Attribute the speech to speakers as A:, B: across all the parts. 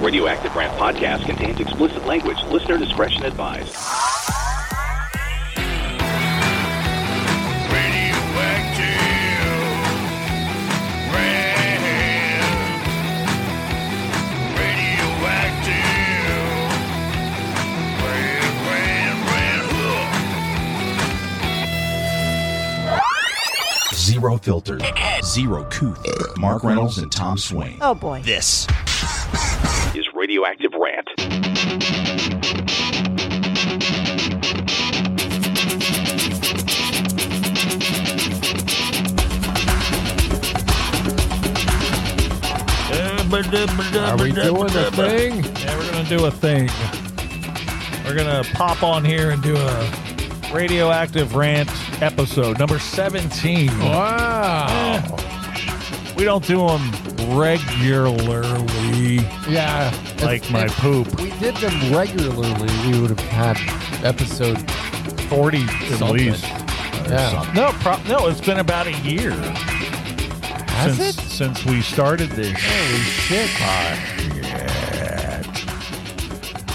A: Radioactive Rant podcast contains explicit language. Listener discretion advised.
B: Zero filter, zero couth. Mark Reynolds and Tom Swain.
C: Oh boy.
B: This
A: Is Radioactive Rant.
D: Are
E: Are we doing the thing?
D: Yeah, we're gonna do a thing. We're gonna pop on here and do a radioactive rant episode number 17.
E: Wow.
D: We don't do them regularly
E: Yeah.
D: like
E: If-
D: my
E: if
D: poop.
E: We did them regularly. We would have had episode.
D: 40 at
E: Something.
D: least.
E: Yeah.
D: No, pro- no, it's been about a year
E: Has
D: since
E: it?
D: since we started this.
E: Holy shit.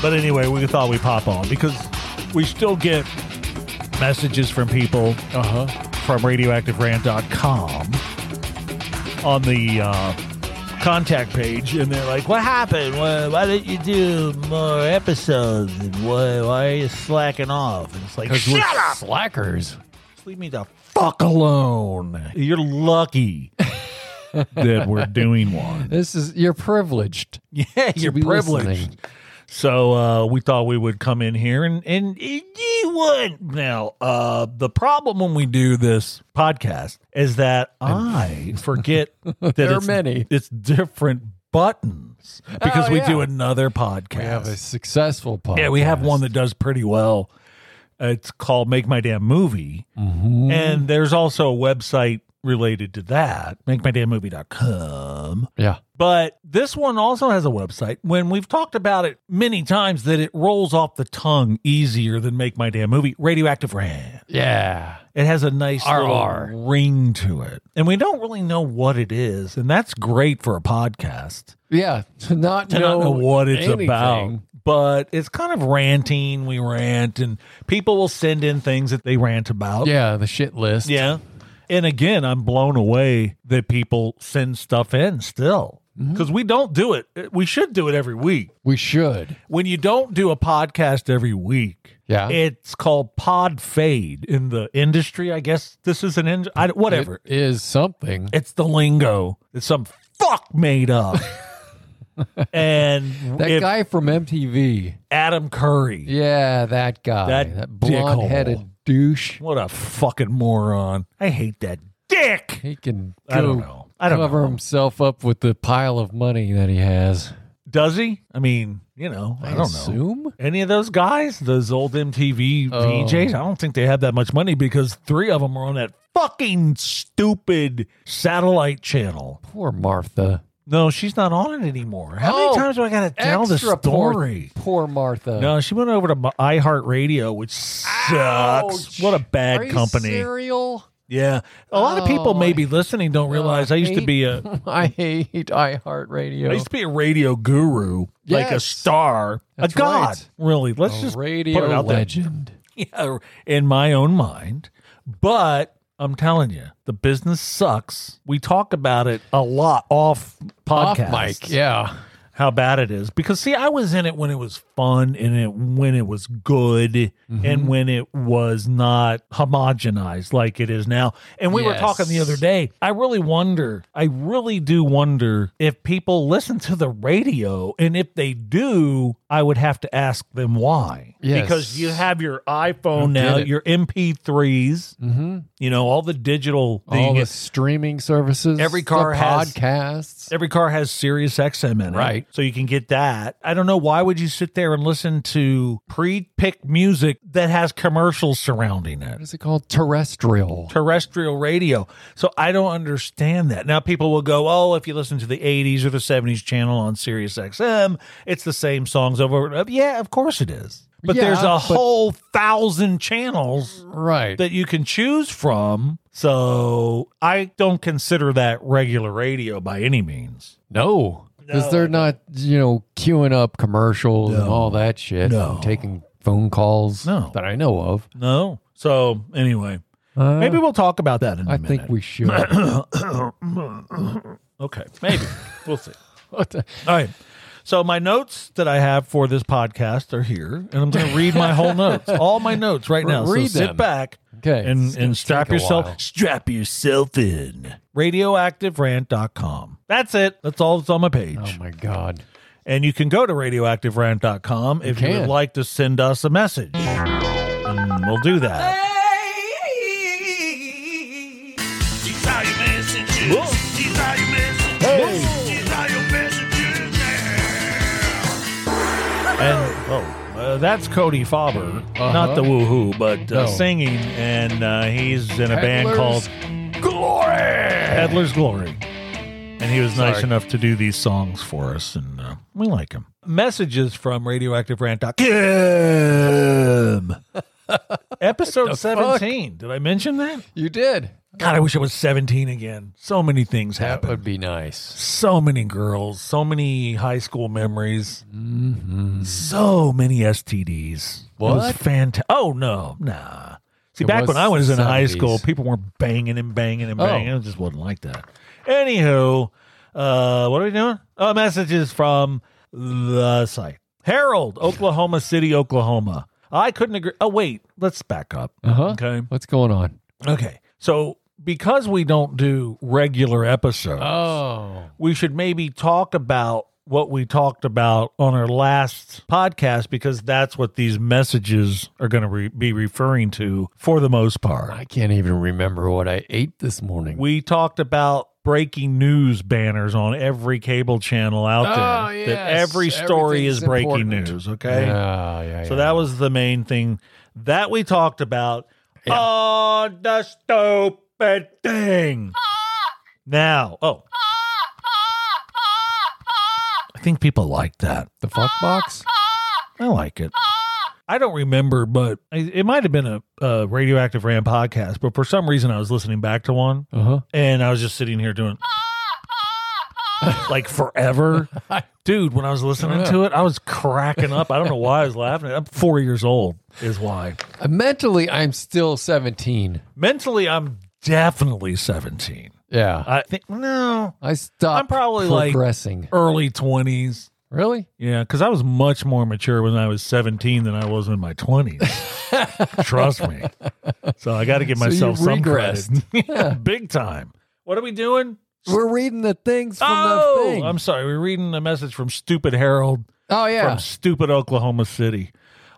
D: But anyway, we thought we'd pop on because we still get messages from people
E: Uh huh.
D: from radioactiverant.com on the uh, contact page, and they're like, "What happened? Why, why didn't you do more episodes? And why, why are you slacking off?" And it's like,
E: Because we're
D: "Shut up!
E: slackers.
D: Just leave me the fuck alone. You're lucky." that we're doing one.
E: This is you're privileged.
D: Yeah,
E: to
D: you're
E: be
D: privileged.
E: listening.
D: So uh, we thought we would come in here and and you would. Now uh, the problem when we do this podcast is that I forget that
E: There are
D: it's,
E: many.
D: It's different buttons because
E: Oh,
D: we
E: yeah.
D: do another
E: We have a
D: podcast.
E: successful podcast.
D: yeah, we have one that does pretty well. It's called Make My Damn Movie,
E: Mhm.
D: and there's also a website related to that, makemydamnmovie.com.
E: Yeah.
D: But this one also has a website. When we've talked about it many times, that it rolls off the tongue easier than Make My Damn Movie, Radioactive Rant.
E: Yeah.
D: It has a nice
E: RR.
D: little ring to it. And we don't really know what it is. And that's great for a podcast
E: Yeah. To not,
D: to
E: know,
D: not know what it's
E: anything.
D: about. But it's kind of ranting. We rant, and people will send in things that they rant about.
E: Yeah. The shit list.
D: Yeah. And again, I'm blown away that people send stuff in still
E: Mm-hmm.
D: because we don't do it. We should do it every week.
E: We should.
D: When you don't do a podcast every week,
E: Yeah.
D: it's called pod fade in the industry. I guess this is an in- I, whatever.
E: It is something.
D: it's the lingo that some fuck made up. and
E: that
D: if
E: guy from MTV.
D: Adam Curry,
E: Yeah, that guy.
D: That
E: That, blonde headed douche.
D: what a fucking moron! I hate that dick.
E: He can go
D: I don't know. I don't
E: cover
D: know.
E: himself up with the pile of money that he has.
D: Does he? I mean, you know, I, don't know.
E: assume?
D: Any of those guys, those old MTV
E: Oh.
D: VJs, I don't think they have that much money because three of them are on that fucking stupid satellite channel.
E: Poor Martha.
D: No, she's not on it anymore. How many
E: Oh,
D: times do I got to tell this
E: Extra poor-
D: story?
E: Poor, Martha.
D: No, she went over to my- iHeartRadio, which sucks.
E: Ouch.
D: What a
E: Are
D: bad
E: you
D: company.
E: Serial?
D: Yeah. A lot of people
E: Oh,
D: maybe listening don't realize I used to
E: hate-
D: be a
E: I hate iHeartRadio.
D: I used to be a radio guru, like a
E: Yes.
D: star,
E: That's
D: a god.
E: right.
D: Really, let's
E: A
D: just
E: radio
D: put it out there.
E: legend.
D: Yeah, in my own mind, but I'm telling you, the business sucks. We talk about it a lot off
E: Off
D: podcast,
E: mic. Yeah.
D: How bad it is because see, I was in it when it was fun and it when it was good
E: Mm-hmm.
D: and when it was not homogenized like it is now. And we were talking the
E: Yes.
D: other day. I really wonder. I really do wonder if people listen to the radio, and if they do, I would have to ask them why.
E: Yes.
D: Because you have your iPhone
E: get
D: now,
E: it.
D: your MP3s,
E: Mm-hmm.
D: you know, all the digital
E: All
D: thing.
E: the streaming services.
D: Every car
E: the
D: has-
E: podcasts.
D: Every car has Sirius XM in it.
E: Right.
D: So you can get that. I don't know why would you sit there and listen to pre-picked music that has commercials surrounding it.
E: What is it called? Terrestrial.
D: terrestrial radio. So I don't understand that. Now people will go, oh, if you listen to the 80s or the 70s channel on Sirius XM, it's the same songs over and over. Yeah, of course it is. But
E: Yeah,
D: there's a
E: but-
D: whole thousand channels
E: right.
D: that you can choose from. So I don't consider that regular radio by any means.
E: no. because they're not, you know, queuing up commercials and
D: No.
E: all that shit.
D: No.
E: and taking phone calls
D: No.
E: that I know of.
D: No. So anyway,
E: Uh,
D: maybe we'll talk about that in a
E: I
D: minute.
E: think we should.
D: Okay, maybe we'll see.
E: What the-
D: All right. So my notes that I have for this podcast are here, and I'm going to read my whole notes, all my notes right now.
E: Read
D: so
E: them.
D: sit back
E: Okay,
D: and
E: it's gonna
D: and strap
E: take a
D: yourself
E: while.
D: strap yourself in. Radioactiverant.com. That's it. That's all that's on my page.
E: oh my god!
D: And you can go to radioactiverant.com if you
E: can.
D: would like to send us a message. And we'll do that. And oh, uh, that's Cody Faber, not the woohoo, but
E: No.
D: uh, singing, and uh, he's in a band
E: Peddlers
D: called
E: Glory.
D: Peddler's Glory. And he was nice
E: Sorry.
D: enough to do these songs for us, and uh, we like him. Messages from radioactiverant.com. Episode 17. Did I mention that?
E: You did.
D: God, I wish I was 17 again. So many things
E: That
D: happened.
E: would be nice.
D: so many girls, so many high school memories,
E: Mm-hmm.
D: so many STDs. It was
E: What?
D: fantastic. Oh, no, nah. See,
E: It
D: back
E: was
D: when I was in high
E: 70s.
D: school, people were banging and banging and
E: Oh.
D: banging. It just wasn't like that. Anywho, uh, what are we doing? Uh, messages from the site Herald, Oklahoma City, Oklahoma. I couldn't agree. Oh, wait, let's back up.
E: Uh-huh.
D: Okay.
E: What's going on?
D: Okay. So, because we don't do regular episodes,
E: Oh,
D: we should maybe talk about what we talked about on our last podcast because that's what these messages are going to re- be referring to for the most part.
E: I can't even remember what I ate this morning.
D: We talked about breaking news banners on every cable channel out
E: Oh,
D: there. That
E: yes.
D: every story is
E: Everything's
D: breaking
E: important.
D: news, okay?
E: Yeah, yeah,
D: So
E: yeah.
D: that was the main thing that we talked about. Oh, the stupid thing. Now, oh. I think people like that.
E: the fuck box.
D: I like it. I don't remember, but I- it might have been a, a Radioactive Ram podcast, but for some reason I was listening back to one
E: Uh huh.
D: and I was just sitting here doing like forever. Dude, when I was listening to it, I was cracking up. I don't know why I was laughing. I'm four years old, is why.
E: Uh, Mentally, I'm still 17.
D: Mentally, I'm definitely 17.
E: Yeah.
D: I think, no,
E: I stopped.
D: Uh, I'm probably like-
E: progressing.
D: early 20s.
E: really?
D: Yeah, because I was much more mature when I was 17 than I was in my 20s. Trust me. So I got to give
E: So you
D: myself some credit.
E: regressed.
D: Yeah, Big time. What are we doing?
E: We're reading the things from
D: oh,
E: the thing.
D: I'm sorry. We're reading a message from Stupid Harold
E: oh yeah.
D: from Stupid Oklahoma City.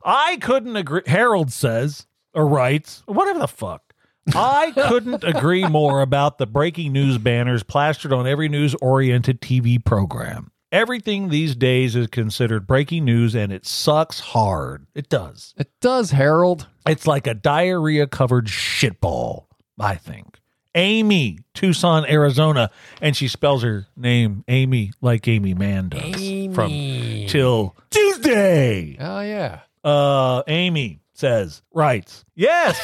D: I couldn't agree. Harold says or writes, whatever the fuck. I couldn't agree more about the breaking news banners plastered on every news oriented TV program. Everything these days is considered breaking news and it sucks hard. It does.
E: it does, Harold.
D: It's like a diarrhea covered shitball, I think. Amy, Tucson, Arizona, and she spells her name Amy like Amy Mann does from Till Tuesday.
E: Oh yeah.
D: Uh, Amy says, writes, yes.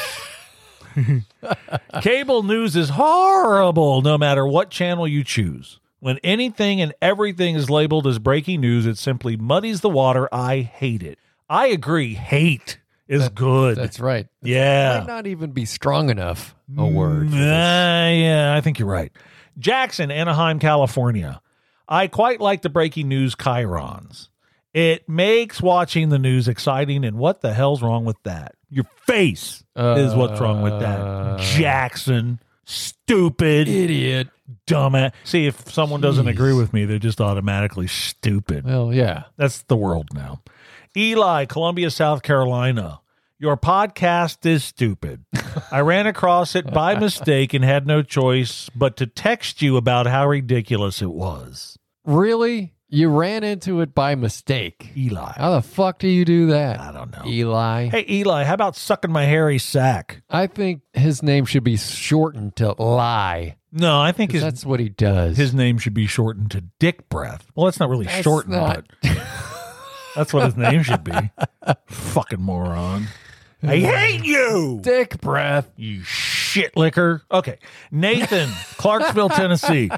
D: Cable news is horrible no matter what channel you choose. When anything and everything is labeled as breaking news, it simply muddies the water. I hate it. I agree. Hate is good.
E: That's right.
D: yeah.
E: Might not even be strong enough a word. for
D: Uh,
E: this.
D: yeah, I think you're right. Jackson, Anaheim, California. I quite like the breaking news chirons. It makes watching the news exciting, and what the hell's wrong with that? Your face is what's wrong with that.
E: Uh,
D: Jackson, stupid,
E: Idiot.
D: dumbass. See, if someone doesn't
E: Jeez. Uh,
D: agree with me, they're just automatically stupid.
E: Well, yeah.
D: That's the world now. Eli, Columbia, South Carolina. Your podcast is stupid. I ran across it by mistake and had no choice but to text you about how ridiculous it was.
E: Really? You ran into it by mistake.
D: Eli.
E: How the fuck do you do that?
D: I don't know.
E: E- Eli.
D: Hey, Eli, how about sucking my hairy sack?
E: I think his name should be shortened to Lie.
D: No, I think
E: 'cause
D: his,
E: that's what he does.
D: his name should be shortened to Dick Breath. Well, that's not really
E: That's
D: shortened,
E: not-
D: but that's what his name should be. Fucking moron. I hate you.
E: dick breath.
D: You shit licker. Okay. Nathan, Clarksville, Tennessee.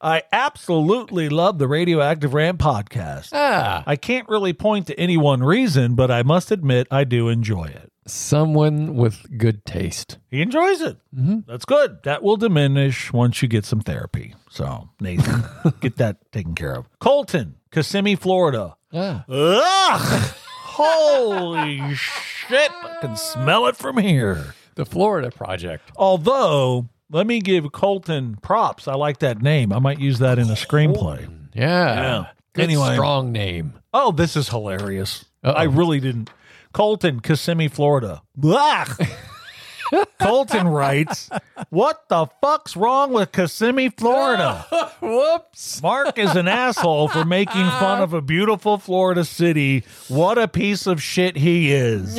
D: I absolutely love the Radioactive Ram podcast.
E: Ah,
D: I can't really point to any one reason, but I must admit I do enjoy it.
E: someone with good taste.
D: He enjoys it.
E: Mhm.
D: That's good. That will diminish once you get some therapy. So, Nathan, get that taken care of. Colton, Kissimmee, Florida.
E: Ah,
D: Ugh! Holy shit! I can smell it from here.
E: the Florida Project.
D: Although, let me give Colton props. I like that name. I might use that in a screenplay.
E: Yeah.
D: Yeah.
E: Good
D: Anyway.
E: strong name.
D: Oh, this is hilarious.
E: Uh-oh.
D: I really didn't. Colton, Kissimmee, Florida. Blah. Colton writes, What the fuck's wrong with Kissimmee, Florida?
E: Whoops.
D: Mark is an asshole for making fun of a beautiful Florida city. What a piece of shit he is.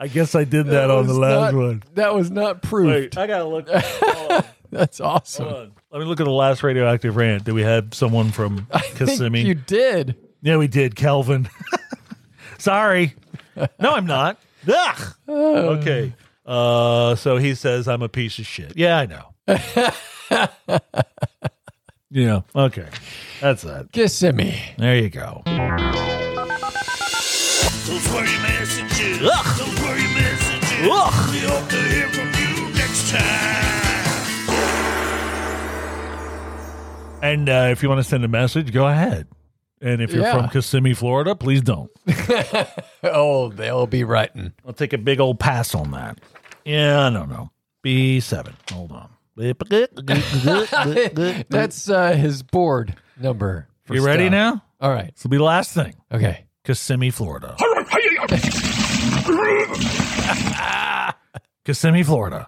D: I guess I did that, on the
E: was
D: last
E: not-
D: one.
E: That was not
D: Wait,
E: proofed.
D: I gotta look.
E: That's awesome.
D: Let me look at the last radioactive rant. Did we have someone from Kissimmee?
E: You did.
D: Yeah, we did, Kelvin. Sorry. No, I'm not. Ugh.
E: Oh.
D: Okay. Uh, so he says I'm a piece of shit. Yeah, I know. yeah. Okay. That's it.
E: Kissimmee.
D: There you go.
C: Those were your messages.
D: Ugh.
C: Those were your messages.
D: Ugh.
C: We hope to hear from you next time.
D: And uh, if you want to send a message, go ahead. And if you're
E: Yeah.
D: from Kissimmee, Florida, please don't.
E: Oh, they'll be writing.
D: I'll take a big old pass on that. Yeah, I don't know. B7. Hold on. you
E: That's uh, his board number. for
D: ready
E: stuff.
D: now?
E: All right.
D: This will be the last thing.
E: Okay.
D: Kissimmee, Florida. Kissimmee, Florida.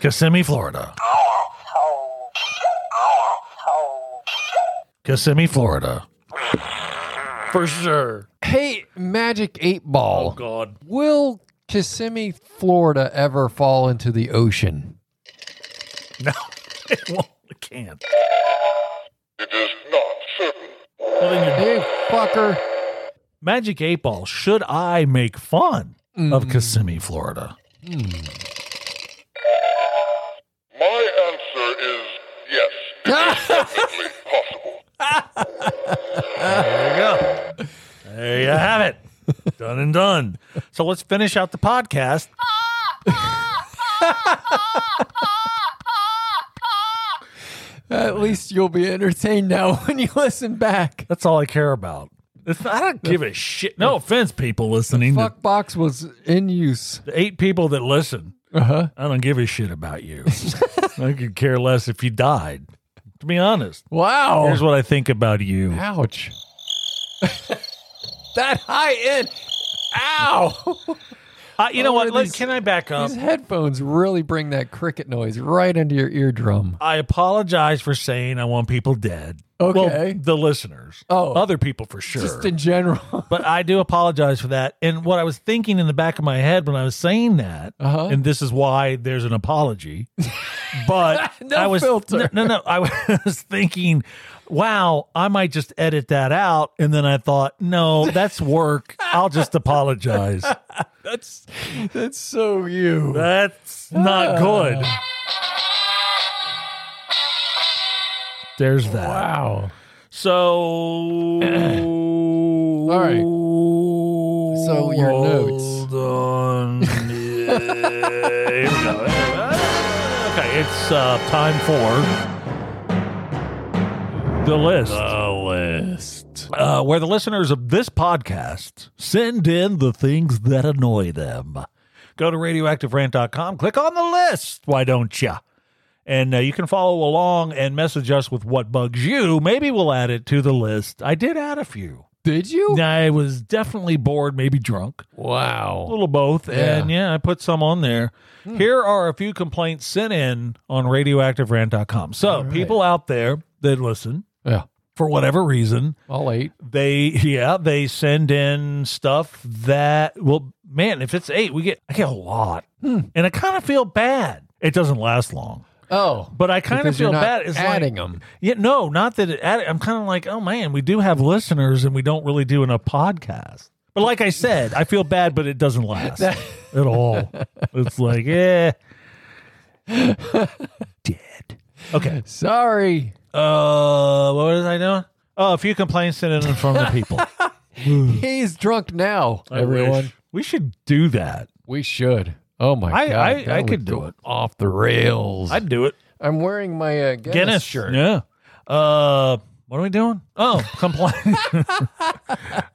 D: Kissimmee, Florida. Kissimmee, Florida. For sure.
E: Hey, Magic Eight Ball.
D: God.
E: Will Kissimmee, Florida ever fall into the ocean?
D: No, it won't. It can't. It is not certain. Well, then you're
E: Hey, fucker.
D: Magic Eight Ball, should I make fun of Kissimmee, Florida?
F: My answer is yes. It's definitely possible.
D: There you go. There you have it. Done and done. So let's finish out the podcast.
E: At least you'll be entertained now when you listen back.
D: That's all I care about. It's, I don't give a shit. No offense, people listening. The,
E: Fuck box was in use.
D: the eight people that listen,
E: Uh huh.
D: I don't give a shit about you. I could care less if you died. To be honest,
E: Wow.
D: here's what I think about you.
E: Ouch. that high end. Ow.
D: Uh, you know what?
E: Over
D: Let-
E: these-
D: can I back up?
E: These headphones really bring that cricket noise right into your eardrum.
D: I apologize for saying I want people dead.
E: Okay.
D: Well, the listeners.
E: Oh.
D: Other people for sure.
E: Just in general.
D: but I do apologize for that. And what I was thinking in the back of my head when I was saying that,
E: Uh-huh.
D: and this is why there's an apology. But
E: No
D: I was
E: filter.
D: No, no, no. I was thinking, wow, I might just edit that out. And then I thought, no, that's work. I'll just apologize.
E: That's that's so you.
D: That's not good.
E: Ah.
D: There's that.
E: Wow.
D: So, all
E: right.
D: So
E: So your notes.
D: Hold on. Yeah, Here we go. Okay, it's uh, time for the list. The list. Uh, where the listeners of this podcast send in the things that annoy them. Go to radioactiverant.com, click on the list. Why don't ya? and uh, you can follow along and message us with what bugs you. Maybe we'll add it to the list. I did add a few.
E: Did you?
D: I was definitely bored, maybe drunk, a
E: Wow.
D: little of both,
E: Yeah. Hmm.
D: and yeah, I put some on there. Here are a few complaints sent in on radioactiverant.com. So,
E: right.
D: people out there that listen
E: Yeah.
D: for whatever reason,
E: All eight.
D: they yeah they send in stuff that well man if it's eight we get I get a lot
E: Hmm.
D: and I kind of feel bad it doesn't last long
E: Oh.
D: but I kind of
E: because you're not
D: feel bad it's like,
E: adding them.
D: Yeah, no, not that it added. I'm kind of like, oh man, we do have listeners and we don't really do enough podcasts. But like I said, I feel bad, but it doesn't last at all. It's like, eh. Dead. Okay.
E: Sorry.
D: Uh, what was I doing? Oh, a few complaints sent in from the people.
E: He's drunk now,
D: I
E: everyone.
D: wish. We should do that.
E: We should. Oh my
D: I-
E: god.
D: I-
E: that
D: I
E: would
D: could do
E: go
D: it.
E: Off the rails. I,
D: I'd do it.
E: am wearing my uh, Guinness,
D: Guinness.
E: shirt.
D: Yeah. Uh, what are we doing? Oh, complain.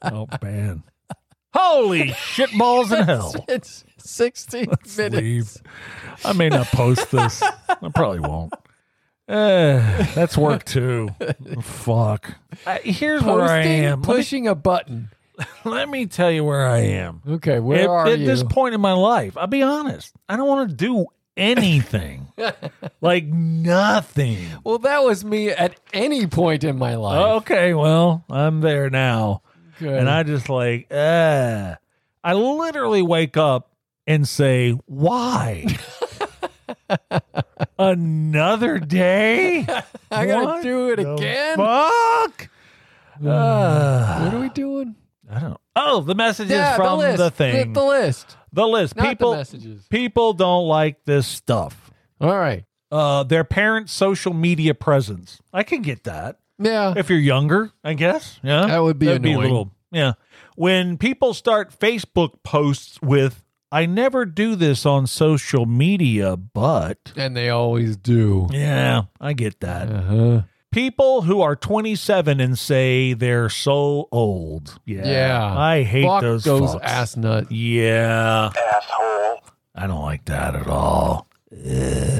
D: oh man. Holy shit balls in hell.
E: It's 16 minutes.
D: Leave. I may not post this. I probably won't. Eh, that's work too. Fuck. I, Uh, here's where I
E: Posting,
D: am. Let me,
E: pushing a button.
D: let me tell you where I am.
E: Okay, where
D: at,
E: are
D: at
E: you?
D: this point in my life, I'll be honest. I don't want to do anything. like nothing.
E: well, that was me at any point in my life.
D: Okay, well, I'm there now.
E: Oh, Good.
D: And I just like, uh, I literally wake up and say, why? Another day?
E: I gotta
D: What
E: do it
D: the
E: again. Hmm.
D: Fuck! Uh,
E: What are we doing?
D: I don't know. Oh, the messages
E: Yeah,
D: from
E: the,
D: the,
E: list. The-
D: thing.
E: The,
D: The,
E: list.
D: list.
E: Not
D: People
E: the messages.
D: people don't like this stuff.
E: All right.
D: Uh, their parents' social media presence. I can get that.
E: Yeah.
D: if you're younger, I guess. Yeah.
E: That would be
D: That'd
E: annoying.
D: yeah. When people start Facebook posts with I never do this on social media, but
E: and they always do.
D: yeah, I get that.
E: Uh-huh.
D: People who are 27 and say they're so old. Yeah.
E: Yeah.
D: I hate
E: Fuck
D: those
E: those
D: fucks.
E: ass nuts.
D: Yeah. Asshole. I don't like that at all.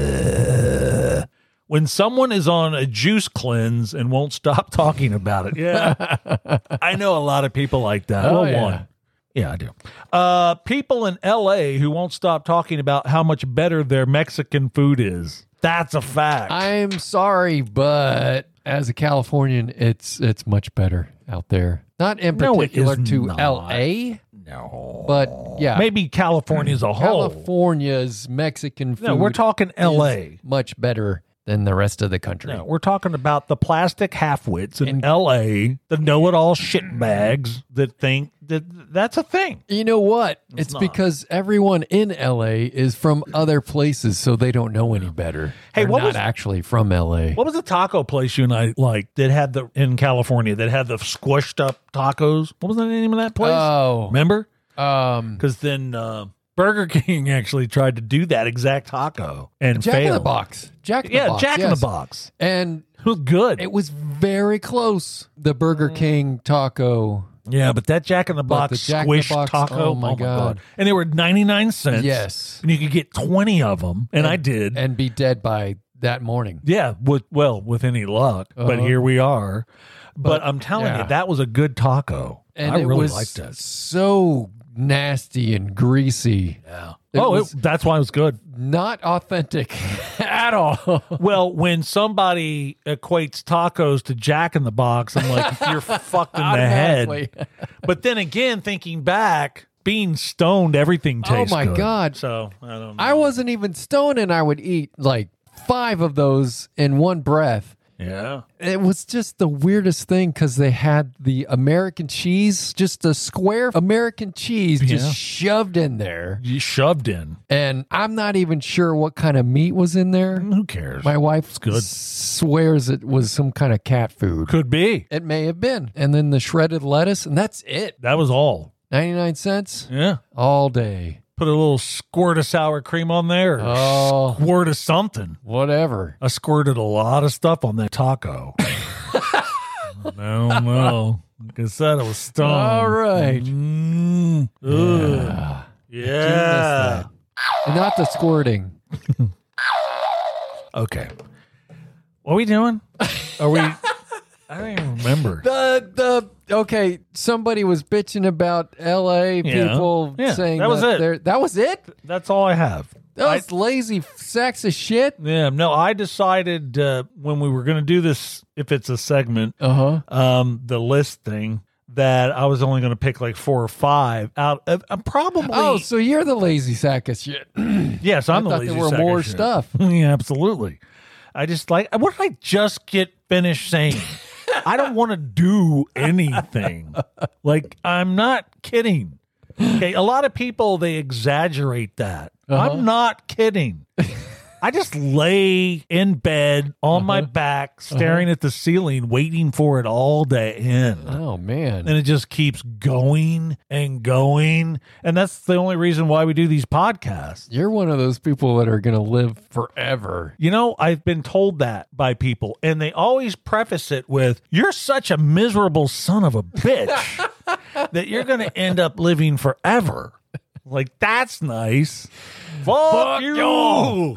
D: Ugh. When someone is on a juice cleanse and won't stop talking about it. Yeah. I know a lot of people like that.
E: Oh,
D: well,
E: yeah.
D: one. Yeah, I do. Uh, people in LA who won't stop talking about how much better their Mexican food is. That's a fact.
E: I'm sorry, but as a Californian, it's it's much better out there. Not in
D: No, it
E: particular
D: is
E: to
D: not.
E: LA,
D: no.
E: but yeah,
D: Maybe California as a
E: Oh.
D: whole.
E: California's Mexican food
D: no, we're talking LA.
E: is much better than the rest of the country.
D: No, we're talking about the plastic halfwits in
E: And-
D: L.A. The know-it-all shitbags that think that that's a thing.
E: You know what? It's,
D: not.
E: because everyone in LA is from other places, so they don't know any better.
D: Hey,
E: They're
D: what
E: not
D: was-
E: actually from LA?
D: What was the taco place you and I like that had the in California that had the squished up tacos? What was the name of that place?
E: Oh,
D: Remember?
E: um,
D: Because then uh, Burger King actually tried to do that exact taco and
E: Jack in
D: failed.
E: the Box. Jack in
D: Yeah,
E: the Box.
D: Jack in
E: yes.
D: the Box.
E: And
D: It was good.
E: It was very close. The Burger
D: Mm.
E: King taco.
D: yeah, but that Jack in the
E: But
D: Box
E: the Jack in the
D: squished
E: Box,
D: taco.
E: oh my God.
D: And they were ninety nine cents.
E: Yes.
D: and you could get twenty of them, and, I did.
E: And be dead by that morning.
D: Yeah, with well, with any luck, but
E: Uh-huh.
D: here we are. But, I'm telling
E: yeah.
D: you, that was a good taco.
E: And
D: I
E: it
D: really
E: was
D: liked it.
E: so nasty and greasy. Yeah.
D: oh,
E: oh,
D: it, that's why it was good.
E: not authentic at all.
D: Well, when somebody equates tacos to Jack in the Box, I'm like, you're fucked in the head.
E: Automatically.
D: But then again, thinking back, being stoned, everything
E: Oh
D: tastes.
E: my
D: good.
E: God.
D: So I don't. Know.
E: I wasn't even stoned and I would eat like five of those in one breath.
D: yeah.
E: It was just the weirdest thing because they had the American cheese, just a square American cheese
D: Yeah.
E: just shoved in there.
D: You shoved in.
E: and I'm not even sure what kind of meat was in there.
D: Who cares?
E: My wife
D: good.
E: s- swears it was some kind of cat food.
D: Could be.
E: It may have been. And then the shredded lettuce, and that's it.
D: That was all.
E: 99 cents
D: Yeah.
E: all day.
D: Put a little squirt of sour cream on there. Or
E: Oh.
D: Squirt of something.
E: Whatever.
D: I squirted a lot of stuff on that taco. no, no. Like I said, I was stoned.
E: All right.
D: Mm. Ugh.
E: Ah,
D: Yeah.
E: and not the squirting.
D: Okay. What are we doing? Are we? I don't even remember.
E: The the okay, somebody was bitching about LA
D: Yeah.
E: people
D: Yeah,
E: saying
D: that was it.
E: they're- That was it?
D: That's all I have.
E: That was lazy sacks of shit.
D: Yeah. No, I decided uh, when we were going to do this, if it's a segment,
E: Uh-huh.
D: um, the list thing, that I was only going to pick like four or five out of uh, probably.
E: Oh, so you're the lazy sack of shit.
D: Yes, I'm
E: I
D: the
E: thought
D: lazy
E: there were
D: sack of
E: more
D: shit.
E: stuff.
D: yeah, absolutely. I just like what did I just get finished saying? I don't want to do anything. Like, I'm not kidding. Okay. A lot of people, they exaggerate that.
E: Uh-huh.
D: I'm not kidding. I just lay in bed on
E: Uh-huh.
D: my back, staring at the ceiling, waiting for it all to end.
E: Oh man.
D: And it just keeps going and going. And that's the only reason why we do these podcasts.
E: You're one of those people that are going to live forever.
D: You know, I've been told that by people, and they always preface it with, You're such a miserable son of a bitch that you're going to end up living forever. Like, that's nice. Fuck, you.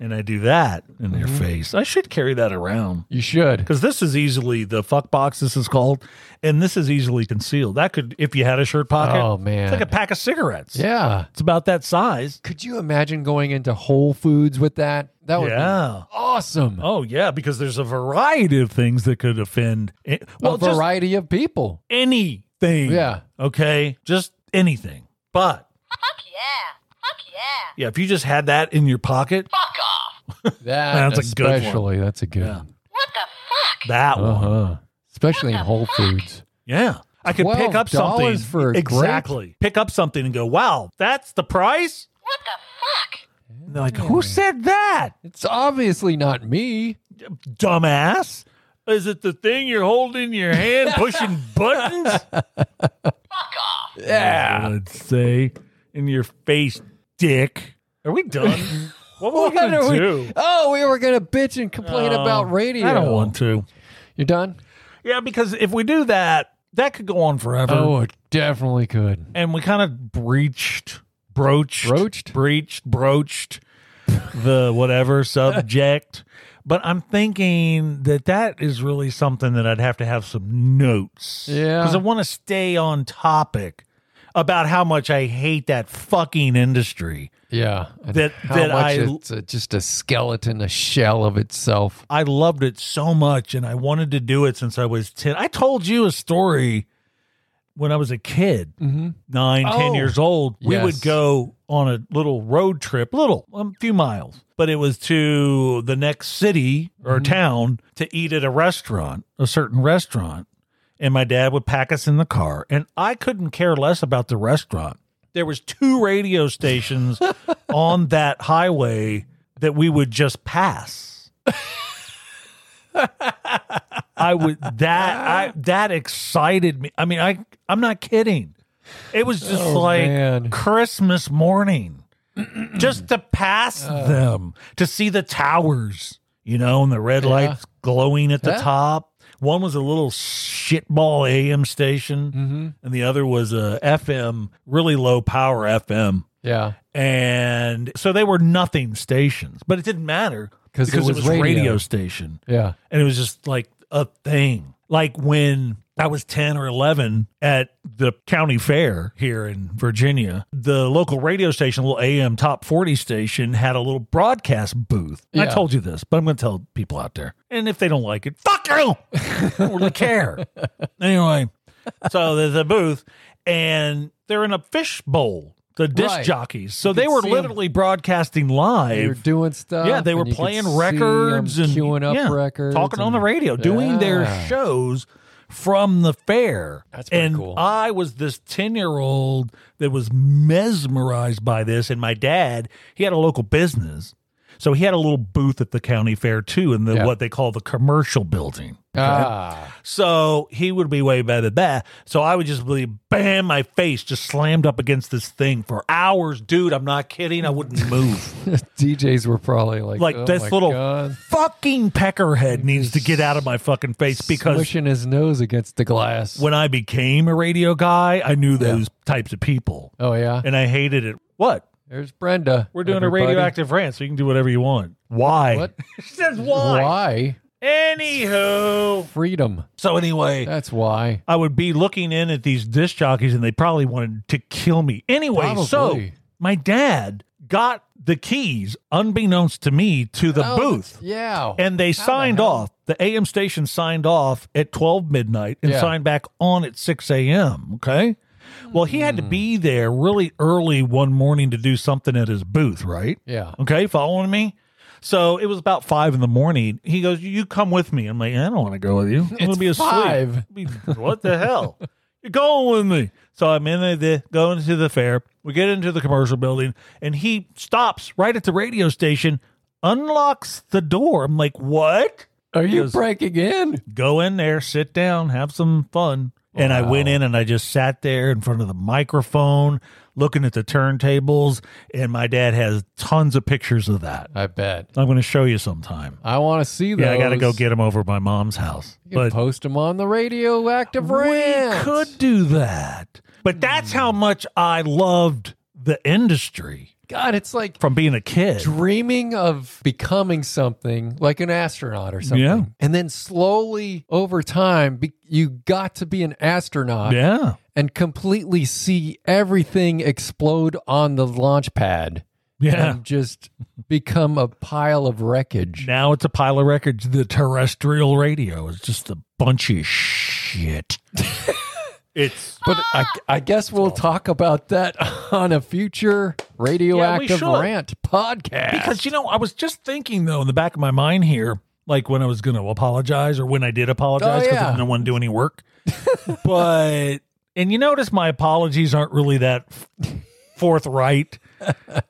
D: and I do that in their
E: Mm-hmm.
D: face. I should carry that around.
E: You should.
D: Because this is easily the fuck box, this is called, and this is easily concealed. That could, if you had a shirt pocket,
E: Oh, man.
D: it's like a pack of cigarettes.
E: Yeah.
D: It's about that size.
E: Could you imagine going into Whole Foods with that? That would
D: Yeah.
E: be awesome.
D: Oh yeah, because there's a variety of things that could offend. eh, Well,
E: a
D: just
E: variety of people.
D: anything.
E: Yeah.
D: Okay, just anything. But
G: Fuck yeah. Fuck yeah.
D: yeah, if you just had that in your pocket,
G: Fuck off.
E: That
D: That's a good one.
E: especially. That's a good
D: Yeah.
E: one.
G: What the fuck?
D: that one.
E: Uh-huh. Especially in Whole Foods.
D: Yeah. I could pick up something
E: $12 for a grape?
D: exactly. Pick up something and go, "Wow, that's the price."
G: What the fuck?
D: And they're like, "Who said that,
E: It's obviously not me.
D: dumbass? Is it the thing you're holding in your hand, pushing buttons?"
G: Fuck off.
D: Yeah. I'd say in your face, dick. Are we done? what were
E: What
D: we gonna
E: are we-
D: do? Oh,
E: Oh, we were gonna bitch and complain about radio.
D: I don't want to.
E: You're done?
D: Yeah, because if we do that, that could go on forever.
E: Oh, it definitely could.
D: And we kind of breached, broached,
E: Broached?
D: breached, broached the whatever subject. But I'm thinking that that is really something that I'd have to have some notes.
E: Yeah.
D: Because I want to stay on topic about how much I hate that fucking industry.
E: Yeah. And
D: That-
E: how
D: that
E: much
D: I-
E: it's uh just a skeleton, a shell of itself.
D: I loved it so much and I wanted to do it since I was 10. I told you a story when I was a kid, nine, 10
E: Oh,
D: years old. We
E: yes.
D: would go on a little road trip, little, a few miles, but it was to the next city or
E: Mm-hmm.
D: town to eat at a restaurant, a certain restaurant. And my dad would pack us in the car. And I couldn't care less about the restaurant. There was two radio stations on that highway that we would just pass. I would that I that excited me. I mean, I I'm not kidding. It was just
E: Oh,
D: like
E: man.
D: Christmas morning. just to pass
E: Uh.
D: them, to see the towers, you know, and the red
E: Yeah.
D: lights glowing at the
E: Yeah.
D: top. One was a little shitball AM station,
E: Mm-hmm.
D: and the other was a FM, really low power FM.
E: Yeah.
D: And so they were nothing stations, but it didn't matter
E: 'Cause it was
D: radio.
E: radio.
D: station
E: Yeah.
D: and it was just like a thing. Like when I was 10 or 11 at the county fair here in Virginia, the local radio station, little AM top 40 station, had a little broadcast booth. And I
E: Yeah.
D: told you this, but I'm going to tell people out there. And if they don't like it, fuck you. I don't really care. Anyway, so there's a booth, and they're in a fishbowl, the disc
E: Right.
D: jockeys. So
E: You
D: they
E: can
D: were
E: see 'em.
D: literally broadcasting
E: They
D: live.
E: were doing stuff.
D: Yeah, they
E: and
D: were
E: you could see
D: playing
E: 'em
D: records and
E: queuing up
D: yeah,
E: records,
D: talking on the
E: and-
D: radio, doing their
E: Yeah. Ah.
D: shows from the fair.
E: That's pretty
D: and
E: cool.
D: I was this ten-year-old that was mesmerized by this, and my dad, he had a local business, so he had a little booth at the county fair too, in the
E: Yeah.
D: what they call the commercial building.
E: Ah,
D: So he would be way better than that. So I would just be bam, my face just slammed up against this thing for hours, dude. I'm not kidding. I wouldn't move.
E: DJs were probably like,
D: like
E: oh my
D: this little
E: God.
D: fucking peckerhead needs to get out of my fucking face because
E: Smushing his nose against the glass.
D: when I became a radio guy, I knew those types of people
E: oh yeah,
D: and I hated it. What?
E: there's Brenda.
D: We're doing
E: everybody.
D: a radioactive rant, so you can do whatever you want. Why?
E: What?
D: she says
E: Why?
D: why? Anywho.
E: Freedom.
D: So anyway,
E: That's why.
D: I would be looking in at these disc jockeys and they probably wanted to kill me. Anyway, so
E: Probably.
D: my dad got the keys, unbeknownst to me, to the
E: Oh,
D: booth.
E: Yeah.
D: And they signed off. The AM station signed off at 12 midnight and
E: Yeah.
D: signed back on at 6 a.m. Okay. Well, he had to be there really early one morning to do something at his booth, right?
E: yeah.
D: Okay. Following me? So it was about five in the morning. He goes, "You come with me." I'm like, "I don't want to go with you. I'm gonna
E: It's
D: be asleep."
E: five.
D: I mean, What the hell? You're going with me. So I'm in the going to the fair. We get into the commercial building, and he stops right at the radio station, unlocks the door. I'm like, "What?"
E: Are you
D: Yes.
E: breaking in?
D: go in there, sit down, have some fun. And I went in and I just sat there in front of the microphone, looking at the turntables. And my dad has tons of pictures of that.
E: I bet.
D: I'm going to show you sometime.
E: I want to see those.
D: Yeah, I got to go get him over at my mom's house.
E: You can
D: But
E: post them on the Hmm. radioactive
D: we
E: rant.
D: could do that. But that's how much I loved the industry
E: God, it's like
D: from being a kid.
E: dreaming of becoming something like an astronaut or something.
D: Yeah.
E: And then slowly over time, be, you got to be an astronaut
D: Yeah.
E: and completely see everything explode on the launch pad
D: Yeah.
E: and just become a pile of wreckage.
D: Now it's a pile of records. The terrestrial radio is just a bunch of shit. it's
E: But I, I guess we'll talk about that on a future radioactive
D: should.
E: rant podcast.
D: because you know I was just thinking though in the back of my mind here, like when I was going to apologize or when I did apologize
E: Oh,
D: because
E: yeah.
D: I didn't want to do any work. but and you notice my apologies aren't really that f- forthright.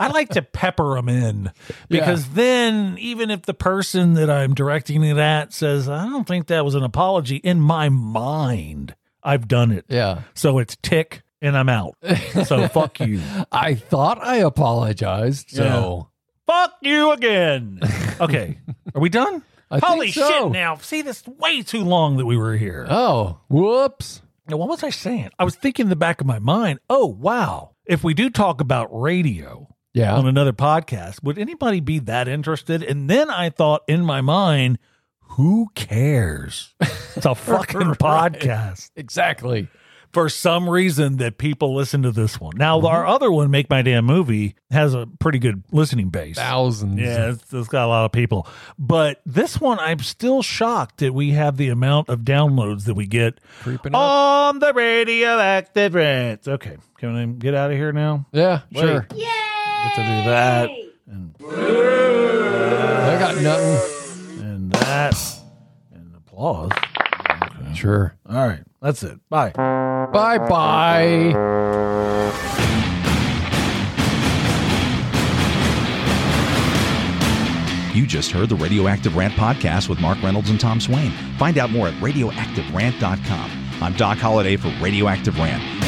D: I like to pepper them in because then even if the person that I'm directing it at says I don't think that was an apology in my mind, I've done it.
E: yeah.
D: So it's tick and I'm out. So fuck you.
E: I thought I apologized. So
D: Fuck you again. Okay. Are we done?
E: I think
D: Holy
E: so.
D: shit now. See, this is way too long that we were here.
E: Oh, whoops.
D: Now, what was I saying? I was thinking in the back of my mind, oh, wow. If we do talk about radio
E: Yeah.
D: on another podcast, would anybody be that interested? And then I thought in my mind, who cares? It's a fucking podcast.
E: Exactly.
D: for some reason that people listen to this one. Now
E: Mm-hmm.
D: our other one, Make My Damn Movie, has a pretty good listening base.
E: Thousands.
D: Yeah, it's, it's got a lot of people. But this one, I'm still shocked that we have the amount of downloads that we get
E: Creeping up.
D: on the radioactive rants. Okay, can I get out of here now?
E: yeah, sure.
D: Let's do that
E: I got nothing.
D: and that and applause.
E: Sure.
D: All right, that's it. Bye.
E: Bye bye.
B: You just heard the Radioactive Rant podcast with Mark Reynolds and Tom Swain. Find out more at radioactiverant.com. I'm Doc Holliday for Radioactive Rant.